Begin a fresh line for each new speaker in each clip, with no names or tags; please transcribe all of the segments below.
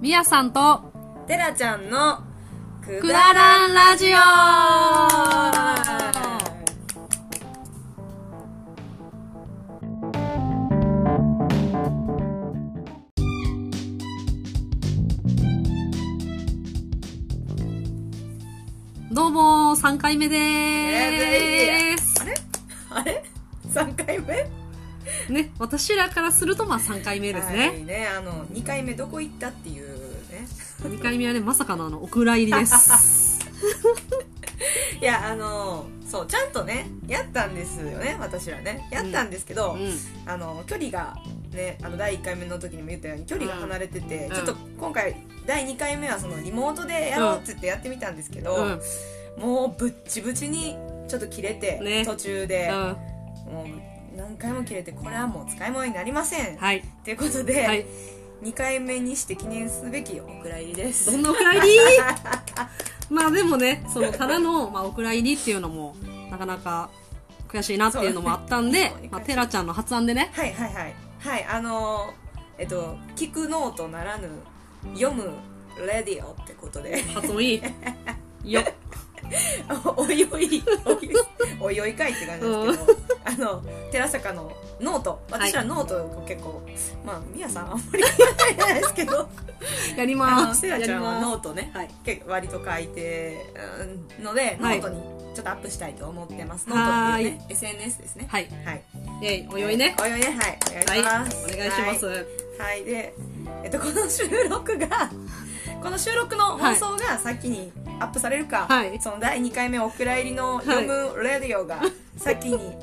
みやさんと
テラちゃんのく
くだらんラジオどうも3回目でーす
あれあれ三回目
ね私らからするとまあ3回目です
は
ね、
いねあの二回目どこ行ったっていうね
2回目はねまさかのあのお蔵入りです
いやあのそうちゃんとねやったんですよね私らねやったんですけど、
うん
あの距離がねあの第一回目の時にも言ったように距離が離れてて、
うん
ちょっと今回第二回目はそのリモートでやろうって言ってやってみたんですけど、
うん
もうぶっちぶちにちょっと切れて、
ね
途中で、
うん
もう何回も切れてこれはもう使い物になりません、
はい
ということで、
はい
2回目にして記念すべきお蔵入りです
どんなお蔵入 りまあでもねそのただの、まあ、お蔵入りっていうのもなかなか悔しいなっていうのもあったんで
そうね、
まあ、テラちゃんの発案でね
はいはいはいはいあのーえっと聞くノートならぬ読むレディオってことで
発音いいよ
おいおいおいおいおいかいって感じですけど、あの寺坂のノート私らノートを結構、まあみやさんあんまり書いてないですけ ど
やり
あ
ま
の
す
セ
や
ラ
り
ちゃんは
ま
ノ
す
ートね、
はい
結構割と書いてうんので、
はい
ノートにちょっとアップしたいと思ってますノート
は
っ
ー
て
い
いうね SNS ですね
はい
はい
イェイおいね
およいねはいお
は
願
い
い
お
し
願い
ます、
します
はい、はいでえっとこの収 録がこの収録の放送が先にアップされるか、
はい
その第2回目お蔵入りの「読むレディオ」が先に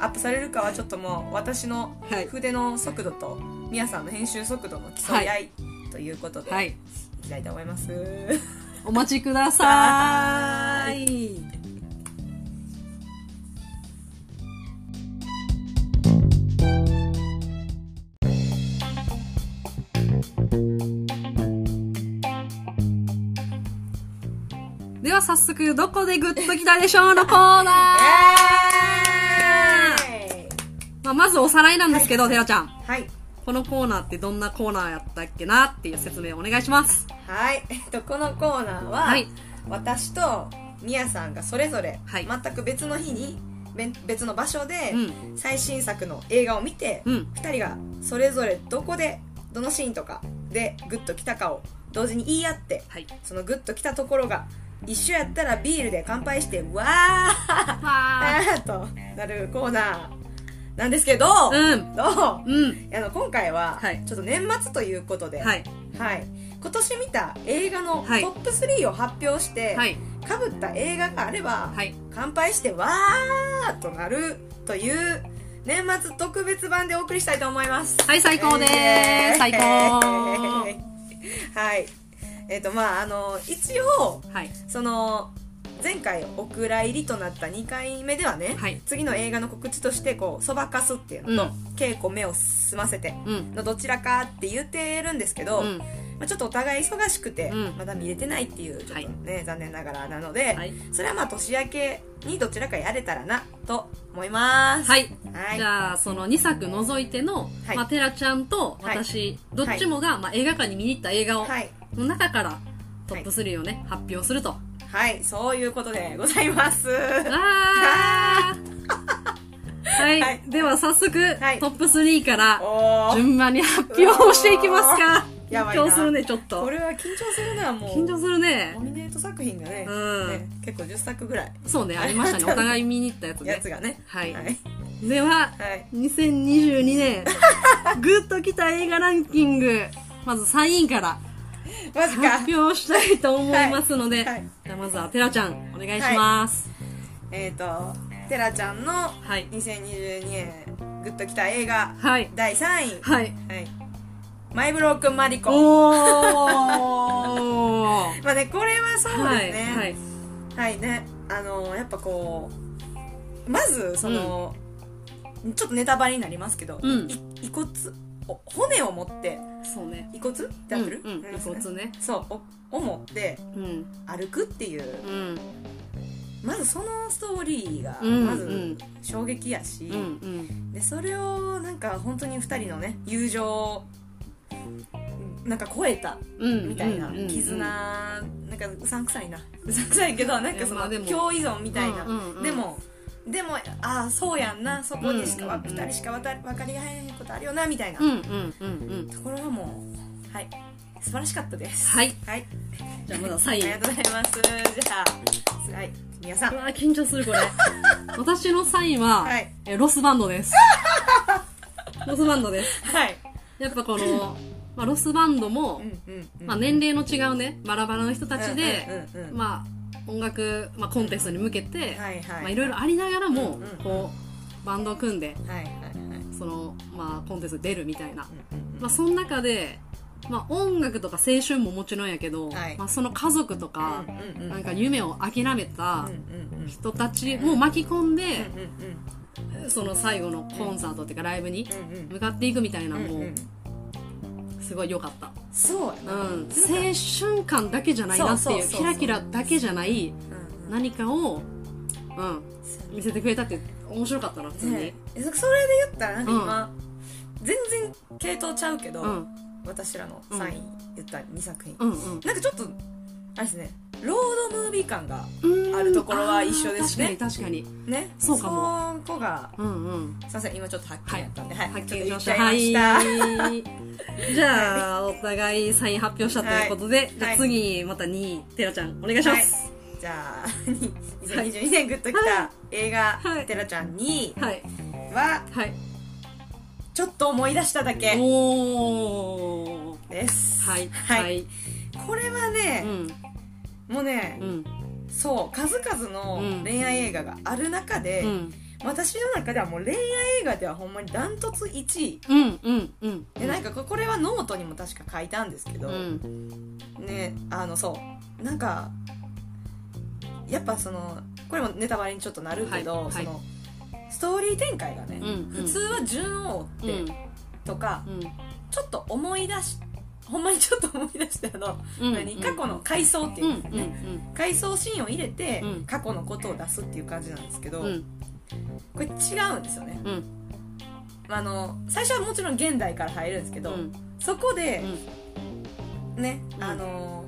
アップされるかはちょっともう私の
はい
筆の速度とみやさんの編集速度の競い合いということで、
はい
いきたいと思います。
お待ちくださ
はー
い では早速どこでグッときたでしょうのコーナー、
イエーイ
まあ、まずおさらいなんですけど、てらちゃん
はい。
このコーナーってどんなコーナーやったっけなっていう説明お願いします
はい。えっと、このコーナーは、
はい
私とみやさんがそれぞれ、
はい
全く別の日に、べん別の場所で、
う
最新作の映画を見て、
う
二
ん
人がそれぞれどこで、どのシーンとかでグッときたかを同時に言い合って、
はい
そのグッときたところが、一緒やったらビールで乾杯して、わ
わ
ーあーとなるコーナーなんですけど、
うん
どう
ーうん
あの今回は
はい
ちょっと年末ということで、
はい
はい今年見た映画のト
はい
ップ3を発表して、
はい
かぶった映画があれば、
はい
乾杯してわーっとなるという年末特別版でお送りしたいと思います。
はい最高でーす、
えー
最 高
はい。えっ、とまああの一応
はい
その前回お蔵入りとなった2回目ではね、
はい
次の映画の告知としてこうそばかすっていうのと、稽古目を澄ませて
うん
のどちらかって言ってるんですけ
う
ど、
ん
まあ、ちょっとお互い忙しくて、
うん
まだ見れてないっていうちょっとね、残念ながらなので、
はい
それはまあ年明けにどちらかやれたらなと思います。
はい
はい
じゃあその2作除いての、
はい
まあ、テラちゃんと
はい
私、どっちもが、まあ、映画館に見に行った映画を、
はい
の中からトップ3をね、発表すると
はい、そういうことでござい ます。
あ ーはい、
はい
では早速、
はい
トップ3から
おー
順番に発表をしていきますか
うわーやばいな
緊張するねちょっと
これは緊張するなもう
緊張するね
ノミネート作品がね,、
うん
ね結構10作ぐらい
そうねありましたねお互い見に行ったやつね
やつがね
はい
はい、
では、
はい
2022年 グッときた映画ランキングまず3位から
マジか
発表したいと思いますので、
はいはい
じゃあまずはテラちゃんお願いします、
えっ、ー、とテラちゃんの
い
2022年グッときた映画、
はい
第3位、
はい、
はい、マイブロー君マリコ
おー
まあねこれはそう
は
で
い、
すね
は
はいい、、ねあのやっぱこうまずその、ちょっとネタバレになりますけど、
うん
い遺骨お骨を持って
そうね
遺骨って合ってる、
うんうん
あります
遺骨ね
そうおを持って
うん
歩くっていう
うん
まずそのストーリーが
うん
ま
う
ず
ん
衝撃やし、
うんうん
でそれをなんか本当に2人のね友情なんか超えた
うん
みたいな
うんうんうん
絆なんかうさんくさいなうさんくさいけどなんか
い
そ
やま
の
あでも
共依存みたいな、
うんうんうん
でもでもああそうやんなそこでしかわ、
うんうんうん
2人しかわた分かり合えへんことあるよなみたいな、
うんうんうんうん
ところはもうはい素晴らしかったです
はい
はい
じゃあまだサイン
ありがとうございますじゃあはい皆さん
うわ緊張す るこれ私のサインは、
はい
えロスバンドですロスバンドです
はい
やっぱこの、まあ、ロスバンドも、
うんうんうん
まあ、年齢の違うねバラバラの人たちで、
うんうんうんうん
まあ、音楽、まあ、コンテストに向けて、
はいはい
まあ、いろいろありながらも、
うんうん
こうバンドを組んで
はいはいはい
その、まあ、コンテストに出るみたいな、
うんうんうん
まあ、その中で、まあ、音楽とか青春ももちろんやけど、
はい
まあ、その家族とか、
うんうんうん
なんか夢を諦めた
うんうんうん
人たちも巻き込んで、
うんうんうん
その最後のコンサートっていうかライブに
うんうん
向かっていくみたいなの
うん
も
うん
すごい良かった、
そうや
う
な、
ん
なんか
青春感だけじゃないなっていう
そうそうそうそう
キラキラだけじゃない
うんうん
何かを、うん、見せてくれたって面白かったな普通に、
ねえそそれで言ったらなんか今、全然系統ちゃうけど、
うん
私らのサイン言った2作品、
うんうん
なんかちょっとあれですねロードムービー感が
うん
あるところは一緒ですね
あー確かに確か
ね
そうかも
そこが
にうんうん
すいません今ちょっと発見やったんではい、
発
ちょっ
見
と
し
言
ま
っ
し
ち
た
ゃいました、
はいじゃあお互いサイン発表したということで、じゃあ次また2位テラちゃんお願いします
じゃあ2022年グッときた映画
は
「
い
テラちゃん2
はい」
は
はい、
ちょっと思い出しただけ
おー
です
はい
はい
はい、
これは
う
ね、
ん
もうね
う、ん
そう数々の恋愛映画がある中で、
うん
私の中ではもう恋愛映画ではほんまにダントツ1位
うんうんうん
でなんかここれはノートにも確か書いたんですけど、
うん
ねあのそうなんかやっぱそのこれもネタバレにちょっとなるけ
はい
ど、
はい
そのストーリー展開がね、
うん
普通は順を
うんう
追って
ん
とか、ちょっと思い出しほんまにちょっと思い出してあの、
うん
何過去の回想っていううんんですね、回想シーンを入れて、
うん
過去のことを出すっていう感じなんですけど、
うんうん
これ違うんですよね
うん
あの最初はもちろん現代から入るんですけ
う
ど、
ん
そこで
う、ん
ね、
うん
あの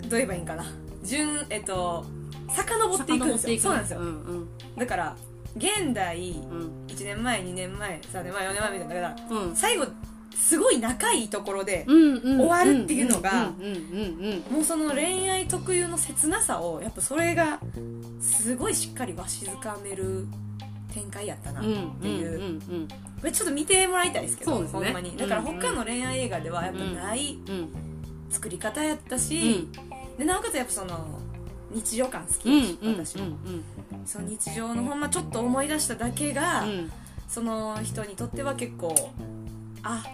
どう言えばいいんかな順えっと遡っていくんですよそうなんですよ、
うんうん
だから現代
うん
1年前2年前3年前4年前みたいなだから
うん
最後すごい仲いいところで、
うんうん
終わるっていうのが
うんうんうん
もうその恋愛特有の切なさをやっぱそれがすごいしっかりわしづかめる展開やったなっ
う
て
んう
い
ん
う、
うんうん
これちょっと見てもらいたいですけど
そうですね
ほんまにだから
うんうん
他の恋愛映画ではやっぱない
うん
作り方やった
う
し、
ん
でなおかつやっぱその日常感好き
う
だし、
んうん
私
う
も
ん
その日常のほんまちょっと思い出しただけが、
うん
その人にとっては結構あ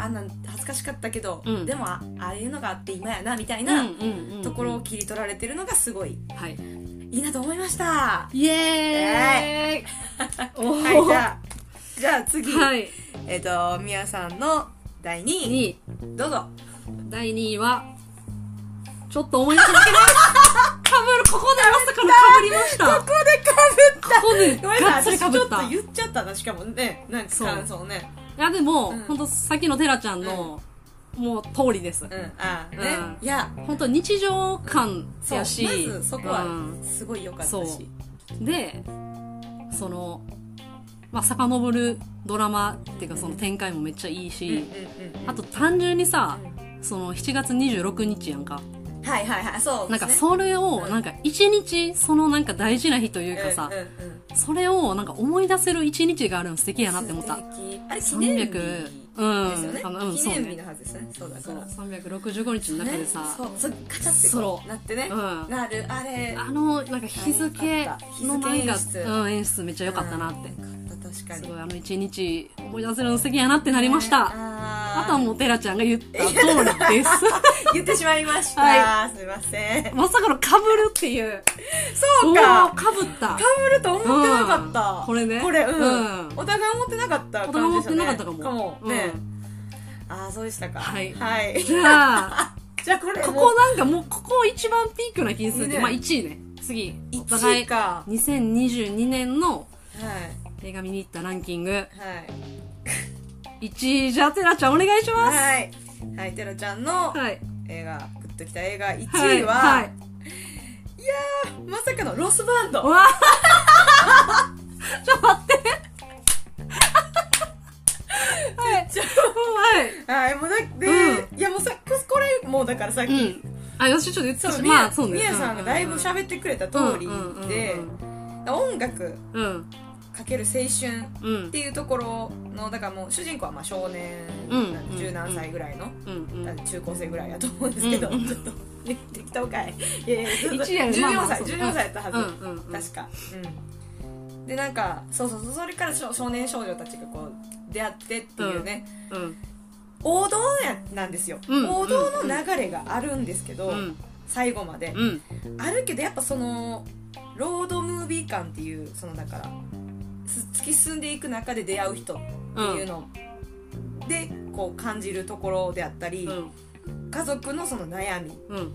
あんなん恥ずかしかったけど、
うん
でもあああいうのがあって今やなみたい
うん
な
うんうん
ところを切り取られてるのがすごい
はい
いいなと思いました、
イエーイおー
はいじゃあじゃあ次、
はい
えっ、とみやさんの第2位
2位
どうぞ
第2位はちょっと思い出しただけですかぶるここでまさかのかぶりました
ここでかぶった
ここで
ごめんな
ガッツリ
さい私ち
かぶ
ょ
っ
っと
た
言っちゃったなしかもねなんか
そう
感想ね
いやでも、
うん
ほんとさっきのテラちゃんの、もう通りです、
うんああね、
うん
いや
ほんと日常感
そう
やし、
まずそこは
うん
すごい良かったし、
そうでそのまあ遡るドラマっていうかその展開もめっちゃいい
うんうん
し、
うんうん
あと単純にさ、
う
その7月26日やんか
はいはいはいそう
なんかそれを
うん
なんか一日そのなんか大事な日と
う
いうかさ、
んうんうん
それをなんか思い出せる一日があるの素敵やなって思った
素敵あれ記念日
300うん
ですよね、
あのうん
記
そう
念日
ね
のはずですねそうだか
そう
ら
365日の中でさ、
ねそうそうカチャってこ
そう
うなってね、
うん
なるあれ
あのなんか日付のなんか
日付演出
うん、演出めっちゃ良かったなって、
うんよかった
す
確
ご
か
い
に
あの一日思い出せるの素敵やなってなりました、
ねあ
あとは
う
もうテラちゃんが言った通り です
言ってしまいました、
は
すいません
まさかのかぶるっていう
そう
おー
か
かぶった
かぶると思ってなかった、
うんこれね
これうん、
うん
お互い思ってなかった
大人
感じ
持
で
っ
した、
て
ね、
なかったかも
かも、
うん
ねああそうでしたか
はい
はい、
じゃあ
じゃあこれ
こ
も
こ
う
なんかもうここ一番ピークな気がするけど
いいね
まあ1位ね次お
1
互
位
い
かは
2022年の
い
映画見に行ったランキング
はい
1位じゃあテラちゃんお願いします
はいはい、テラちゃんの
はい。
映画、グッときた映画1
はい。
位は、
はい。
まさかのロスバンド。
うわちょっと待って。はい。
ちょ
はい。
はい、もうだって、
う
いやもうさ、これ、もうだからさっき、
うん。あ、よし、ちょっと言って
そ
た
う、
し、
みや、
まあ、そうね。
みやさんがだいぶ喋ってくれた通りで、音楽
うん。うん。
かける青春
うん。うん
っていうところの、だからもう主人公はまあ少年
うん
なんで、十何歳ぐらいの、
うんう
多
ん。
分中高生ぐらいやと思うんですけど、
うん
ちょっと、ね適 当かい。いやいや、
一年まあまあ
14歳、
そう
14歳やったはず。
うんうんうん。
確か、うん、でなんかそうそうそうそれから少少年少女たちがこう出会ってっていうね、
うん。
王道やなんですよ、
うん
王道の流れがあるんですけど、
うん。
最後まで、
うん。
あるけどやっぱそのロードムービー感っていうそのだからす突き進んでいく中で出会う人っていうの、でこう感じるところであったり、
うん。
家族のその悩み
うん。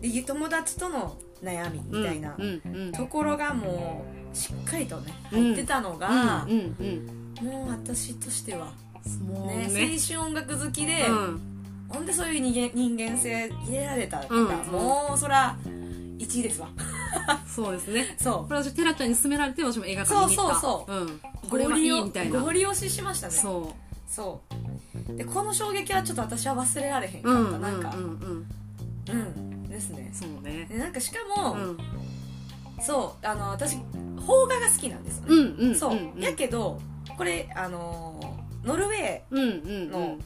で友達との悩みみたいな、
うん。うん。
ところがもうしっかりとね
うん
入ってたのが
う、ん。うん。
もう私としては、
もう
ね
ね。
青春音楽好きで、
うん。
ほんでそういう人間人間性入れられたら、
うん
もうそら1位ですわ
そうですね。
そ
これ私、テラちゃんに勧められて、私も映画館に行った。
そうそう
そう。。
うん
これはいいみたいな
ご。利用ししましたねそう
そ
でこの衝撃はちょっと私は忘れられへん
う。
か
う
った、
ん。うん。う
なんか
ん。うん。
うん、ですね
そうね。
でなんかしかも、
うん。
そうあの私邦画が好きなんですよね、
うん。うん。
そう、
うん。
やけどこれあのーノルウェ
うん。うん。
ーの、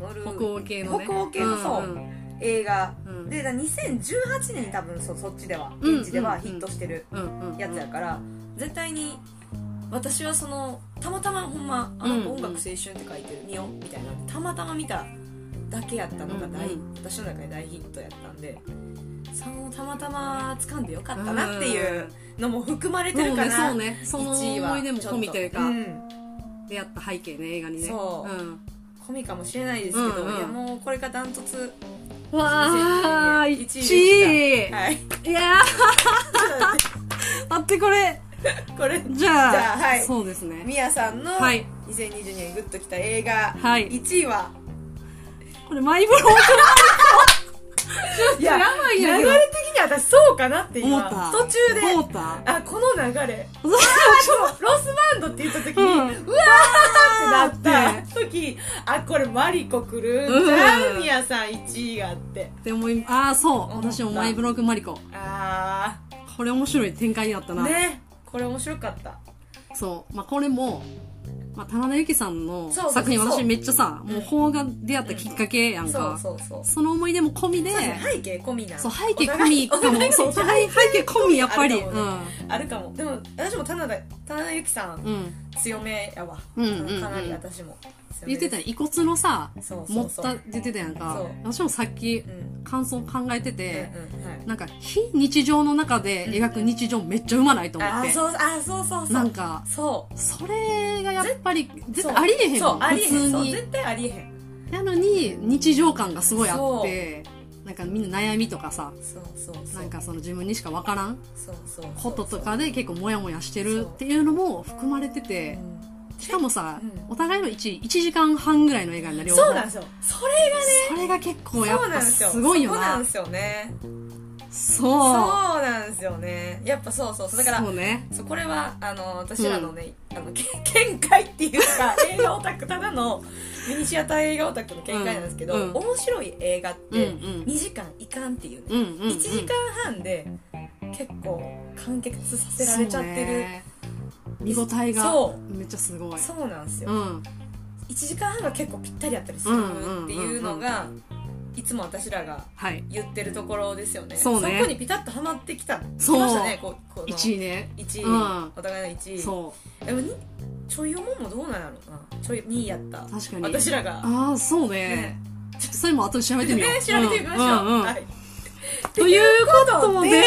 ノルウェー
北欧系のね。
北欧系のそう
うん。
映画
うん。
でだから2018年に多分そそっちでは
うん
現地では
うん
ヒットしてる
うん。うん。
やつやから、絶対に私はそのたまたまほんま「あの
うん
音楽青春」って書いてる見ようみたいなたまたま見ただけやったのが大、
うんう
私の中で大ヒットやったんでそのたまたま掴んでよかったなっていうのも含まれてるかな、
そうねそうねその
1位は
思い出も込みというか、
ん
出会った背景ね映画にね
そう
うん、
込みかもしれないですけど、
うんうん
いやもうこれがダントツ
わあ
いや
1位
一でしたはい
い やー待ってこれ
これ
じゃあ
じゃあはい
そうですね
みやさんの
はい
2022年グッときた映画
はい
1位は、
これマイブロー
い
やばいんやけ
流
ど
れ的に私そうかなって
思
今
った
途中で
思った
あこの流れ
そう
あのロスバンドって言った時に、う
うん
わーってなった時あこれマリコ来る
うん
んじゃんみやさん1位があって
でもああそう
思った
私もマイブロークマリコ
あ
これ面白い展開だった
ー
な、
ねこれ面白かった
そうまあこれもまあ、棚田由紀さんの
そうそうそう
作品私めっちゃさ
うん
もう邦画出会ったきっかけやんか、
そうそうそう
その思い出も込みで
そうね背景込みな
そう背景込みかもそうお互い背景込みやっぱり
ある
う
か
ん
あるかもでも私も棚田棚田由紀さん
うん
強めやわ、
うんうんうん
かなり私も強め
言ってた
で
やん遺骨のさ
すそう
持
そ
っ
うそう
たって言ってたやんか
そ
私もさっき
うんうん
感想考えてて
うんはい
なんか非日常の中で描く日常めっちゃうまないと思
あ
っ
ー
て
そうあーそうそうそう
なんか
そう
それがやっぱり絶
そう
対ありえへん
そ
の
うありえ
普
へ
通
んそう
に
絶対ありえへん
なのに日常感がすごいあってなんかみんな悩みとかさ
そうそうそう
なんかその自分にしか分からん
そうそうそう
こととかで結構モヤモヤしてるっていうのも含まれてて、
うん
しかもさ、
うん
お互いの1、1時間半ぐらいの映画になるよ
そうなんですよそれが
それが結構やっ
そうな
ぱ
んですよ
すごいよ
そうなん
な
で。すよねそう
そ
なんですよねやっぱそうそうそう
う。
だから
そうね。
そうこれはあの私らのね、あのけ 見解っていうか映画オタクただのミニシアター映画オタクの見解なんですけど、
うんうん
面白い映画っ
うんう
て
ん。
2時間いかんっていうね、
うんうん、うん。
1時間半で結構完結させられちゃ
そ
って
う
る
ね見応えが
そ
めっちゃすごい。
そう,、なんですよ、
うん。
1時間半が結構ぴったりだったりするっていうのがいつも私らが
はい。
言ってるところですよね
そうね
こにピタッとはまってきた
そう
きましたねここの
1位ね。
1位、
うん
お互いの1位
そ
でもにちょい思うもどうなんやろうなちょい2位やった
う。確かに。
私らが
ああ、そうね。
ね
ちょっとそれも後で調べてみ
ね
よう。
調べてみましょう、
んんん
はい、
ということで、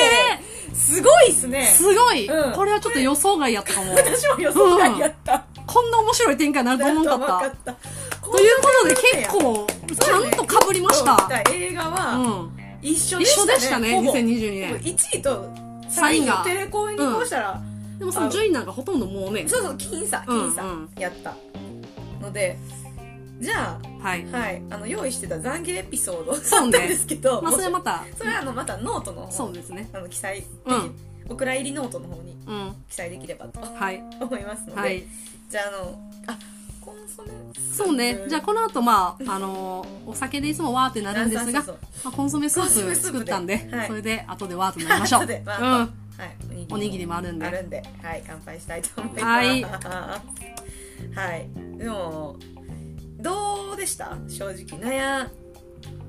すごいっすね
すごい、
うん
これはちょっと予想外やったかも。
私も予想外やった、
こんな面白い展開になると思わんかった。
た
ということで結構ちゃんと被りました。
映画
う
は
ん、
一緒で
一緒でし
したたね
ね、
ほぼ
2022
でも
年。
1位と
サ
3
イ
位
ンが
のテレコンにこうしたら、
でもその順位なんかほとんどもうね、
そうそう僅差僅
うんう
差やったので、じゃ
はい
あ,、はい、あの用意してた懺悔エピソード
そうね
だったんですけど、
まあそれ
も
また
しそれはあのまたノートの方
そうですね
あの記載でき、
うん
お蔵入りノートの方に
うん
記載できればと
はい
思いますので、
はい
じゃああのあコンソメ
そうねじゃあこの後まああのお酒でいつもわーってなるんですが
そうそう
まあコンソメス
コンソ
ー
メ
プ
スープで
作ったんで
はい
それで後でわーってなりましょう
後でわ
う
ー
ん
っとはい
おにぎりもあるん
あ
で
るんで、はい、乾杯したいと思います。
はい
はいでも、どうでした正直。悩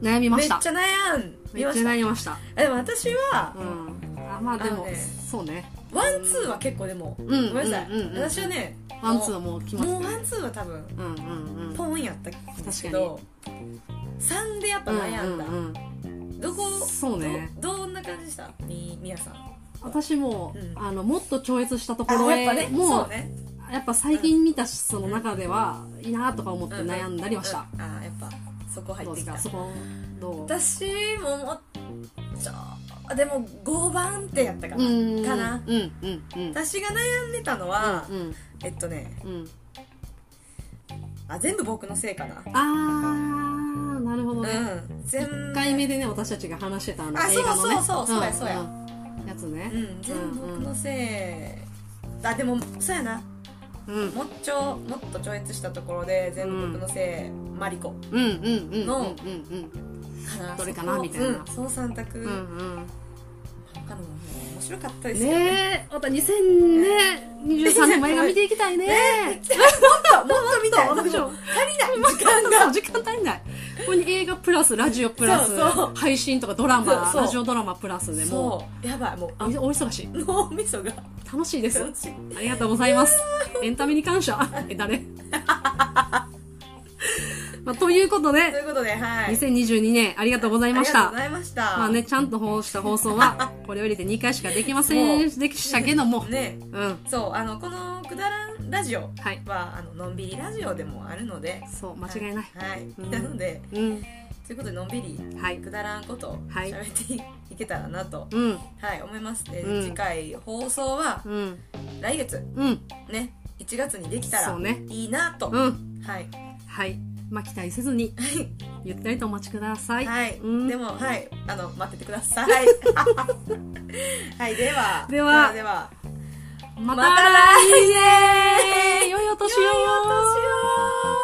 悩みま
めっ
し
ちゃ
た
悩ん
め
み
っ
ま
ちゃ
した。
悩みました
えでも私は
う、んあまあでも
あのね
そうね
ワンツーは結構でも、
ん
ごめんなさ
う
い、
んうんうん
私はね、
ワンツーはもう来ます
もう
ね
ワンツーは多分、
うんうん
ポンやったんですけど、3でやっぱ
うん
悩んだ。
うんうん
どこ、
そうね
ど、どんな感じでしたみ、みやさん。
私も
うん
あのもっと超越したところ
あやっぱ
へ
ね、
も
そううね。
やっぱ最近見たその中ではいいなとか思って悩んだりました
うんうんあやっぱ、そこ入
ど
っ
う
て
で
き
す
た
か。そこどう
私ももちょでも5番手やったかな、
うん
かな
うんうんうん
私が悩んでたのは、
うん
えっとね
うん
あ全部僕のせいかな
あーなるほど
う
ね
ん全部
1回目でね私たちが話してたあの
あ
映画のね
そうそうそうそうやそうや
んやつ
う
ね
ん全部僕のせいあでもそうやな
うん
もっちょもっと超越したところで全部僕のせい、マリコか
うんうんうんうんうん
の
うん
な
どれかな
そこ
みたいな
うんその3択、
うんうん
他のも面白かったですよね
ねえまた2023年も映画見ていきたいね
もっともっと見たい
もっと
でも足 りない時間が
そう時間足りないここに映画プラスラジオプラス
そうそう
配信とかドラマ
そうそう
ラジオドラマプラスでもう
そうやばいもう
あお忙しい
脳みそが
楽しいです
楽しい
ありがとうござい ますエンタメに感謝え誰 まあ、ということ
とい
で
うことで、はい。
2022年ありがとうございました
ありがとうございました。
まあね、ちゃんと放した放送はこれよりで2回しかできませんでしたけども、
ね
うん
そう、あの、このくだらんラジオは、
はい
あの、のんびりラジオでもあるので、
そう間違いない、
はい。はい
うん
なので、
うん
ということで、のんびり、
はい
くだらんことを
はい
喋ってい,、けたらなと、
うん
はい、思います。で、
うん
次回放送は、
うん
来月、
うん
ね、1月にできた
そ
ら
うね
いいなと、
うん
はい。
はいまあ期待せずに
は
ゆったりとお待ちください、
い。はい。
うん
でも、はい。あの、待っててく ださい。はい、では、
では
では、
また
また
来年良いお年を
良いお年を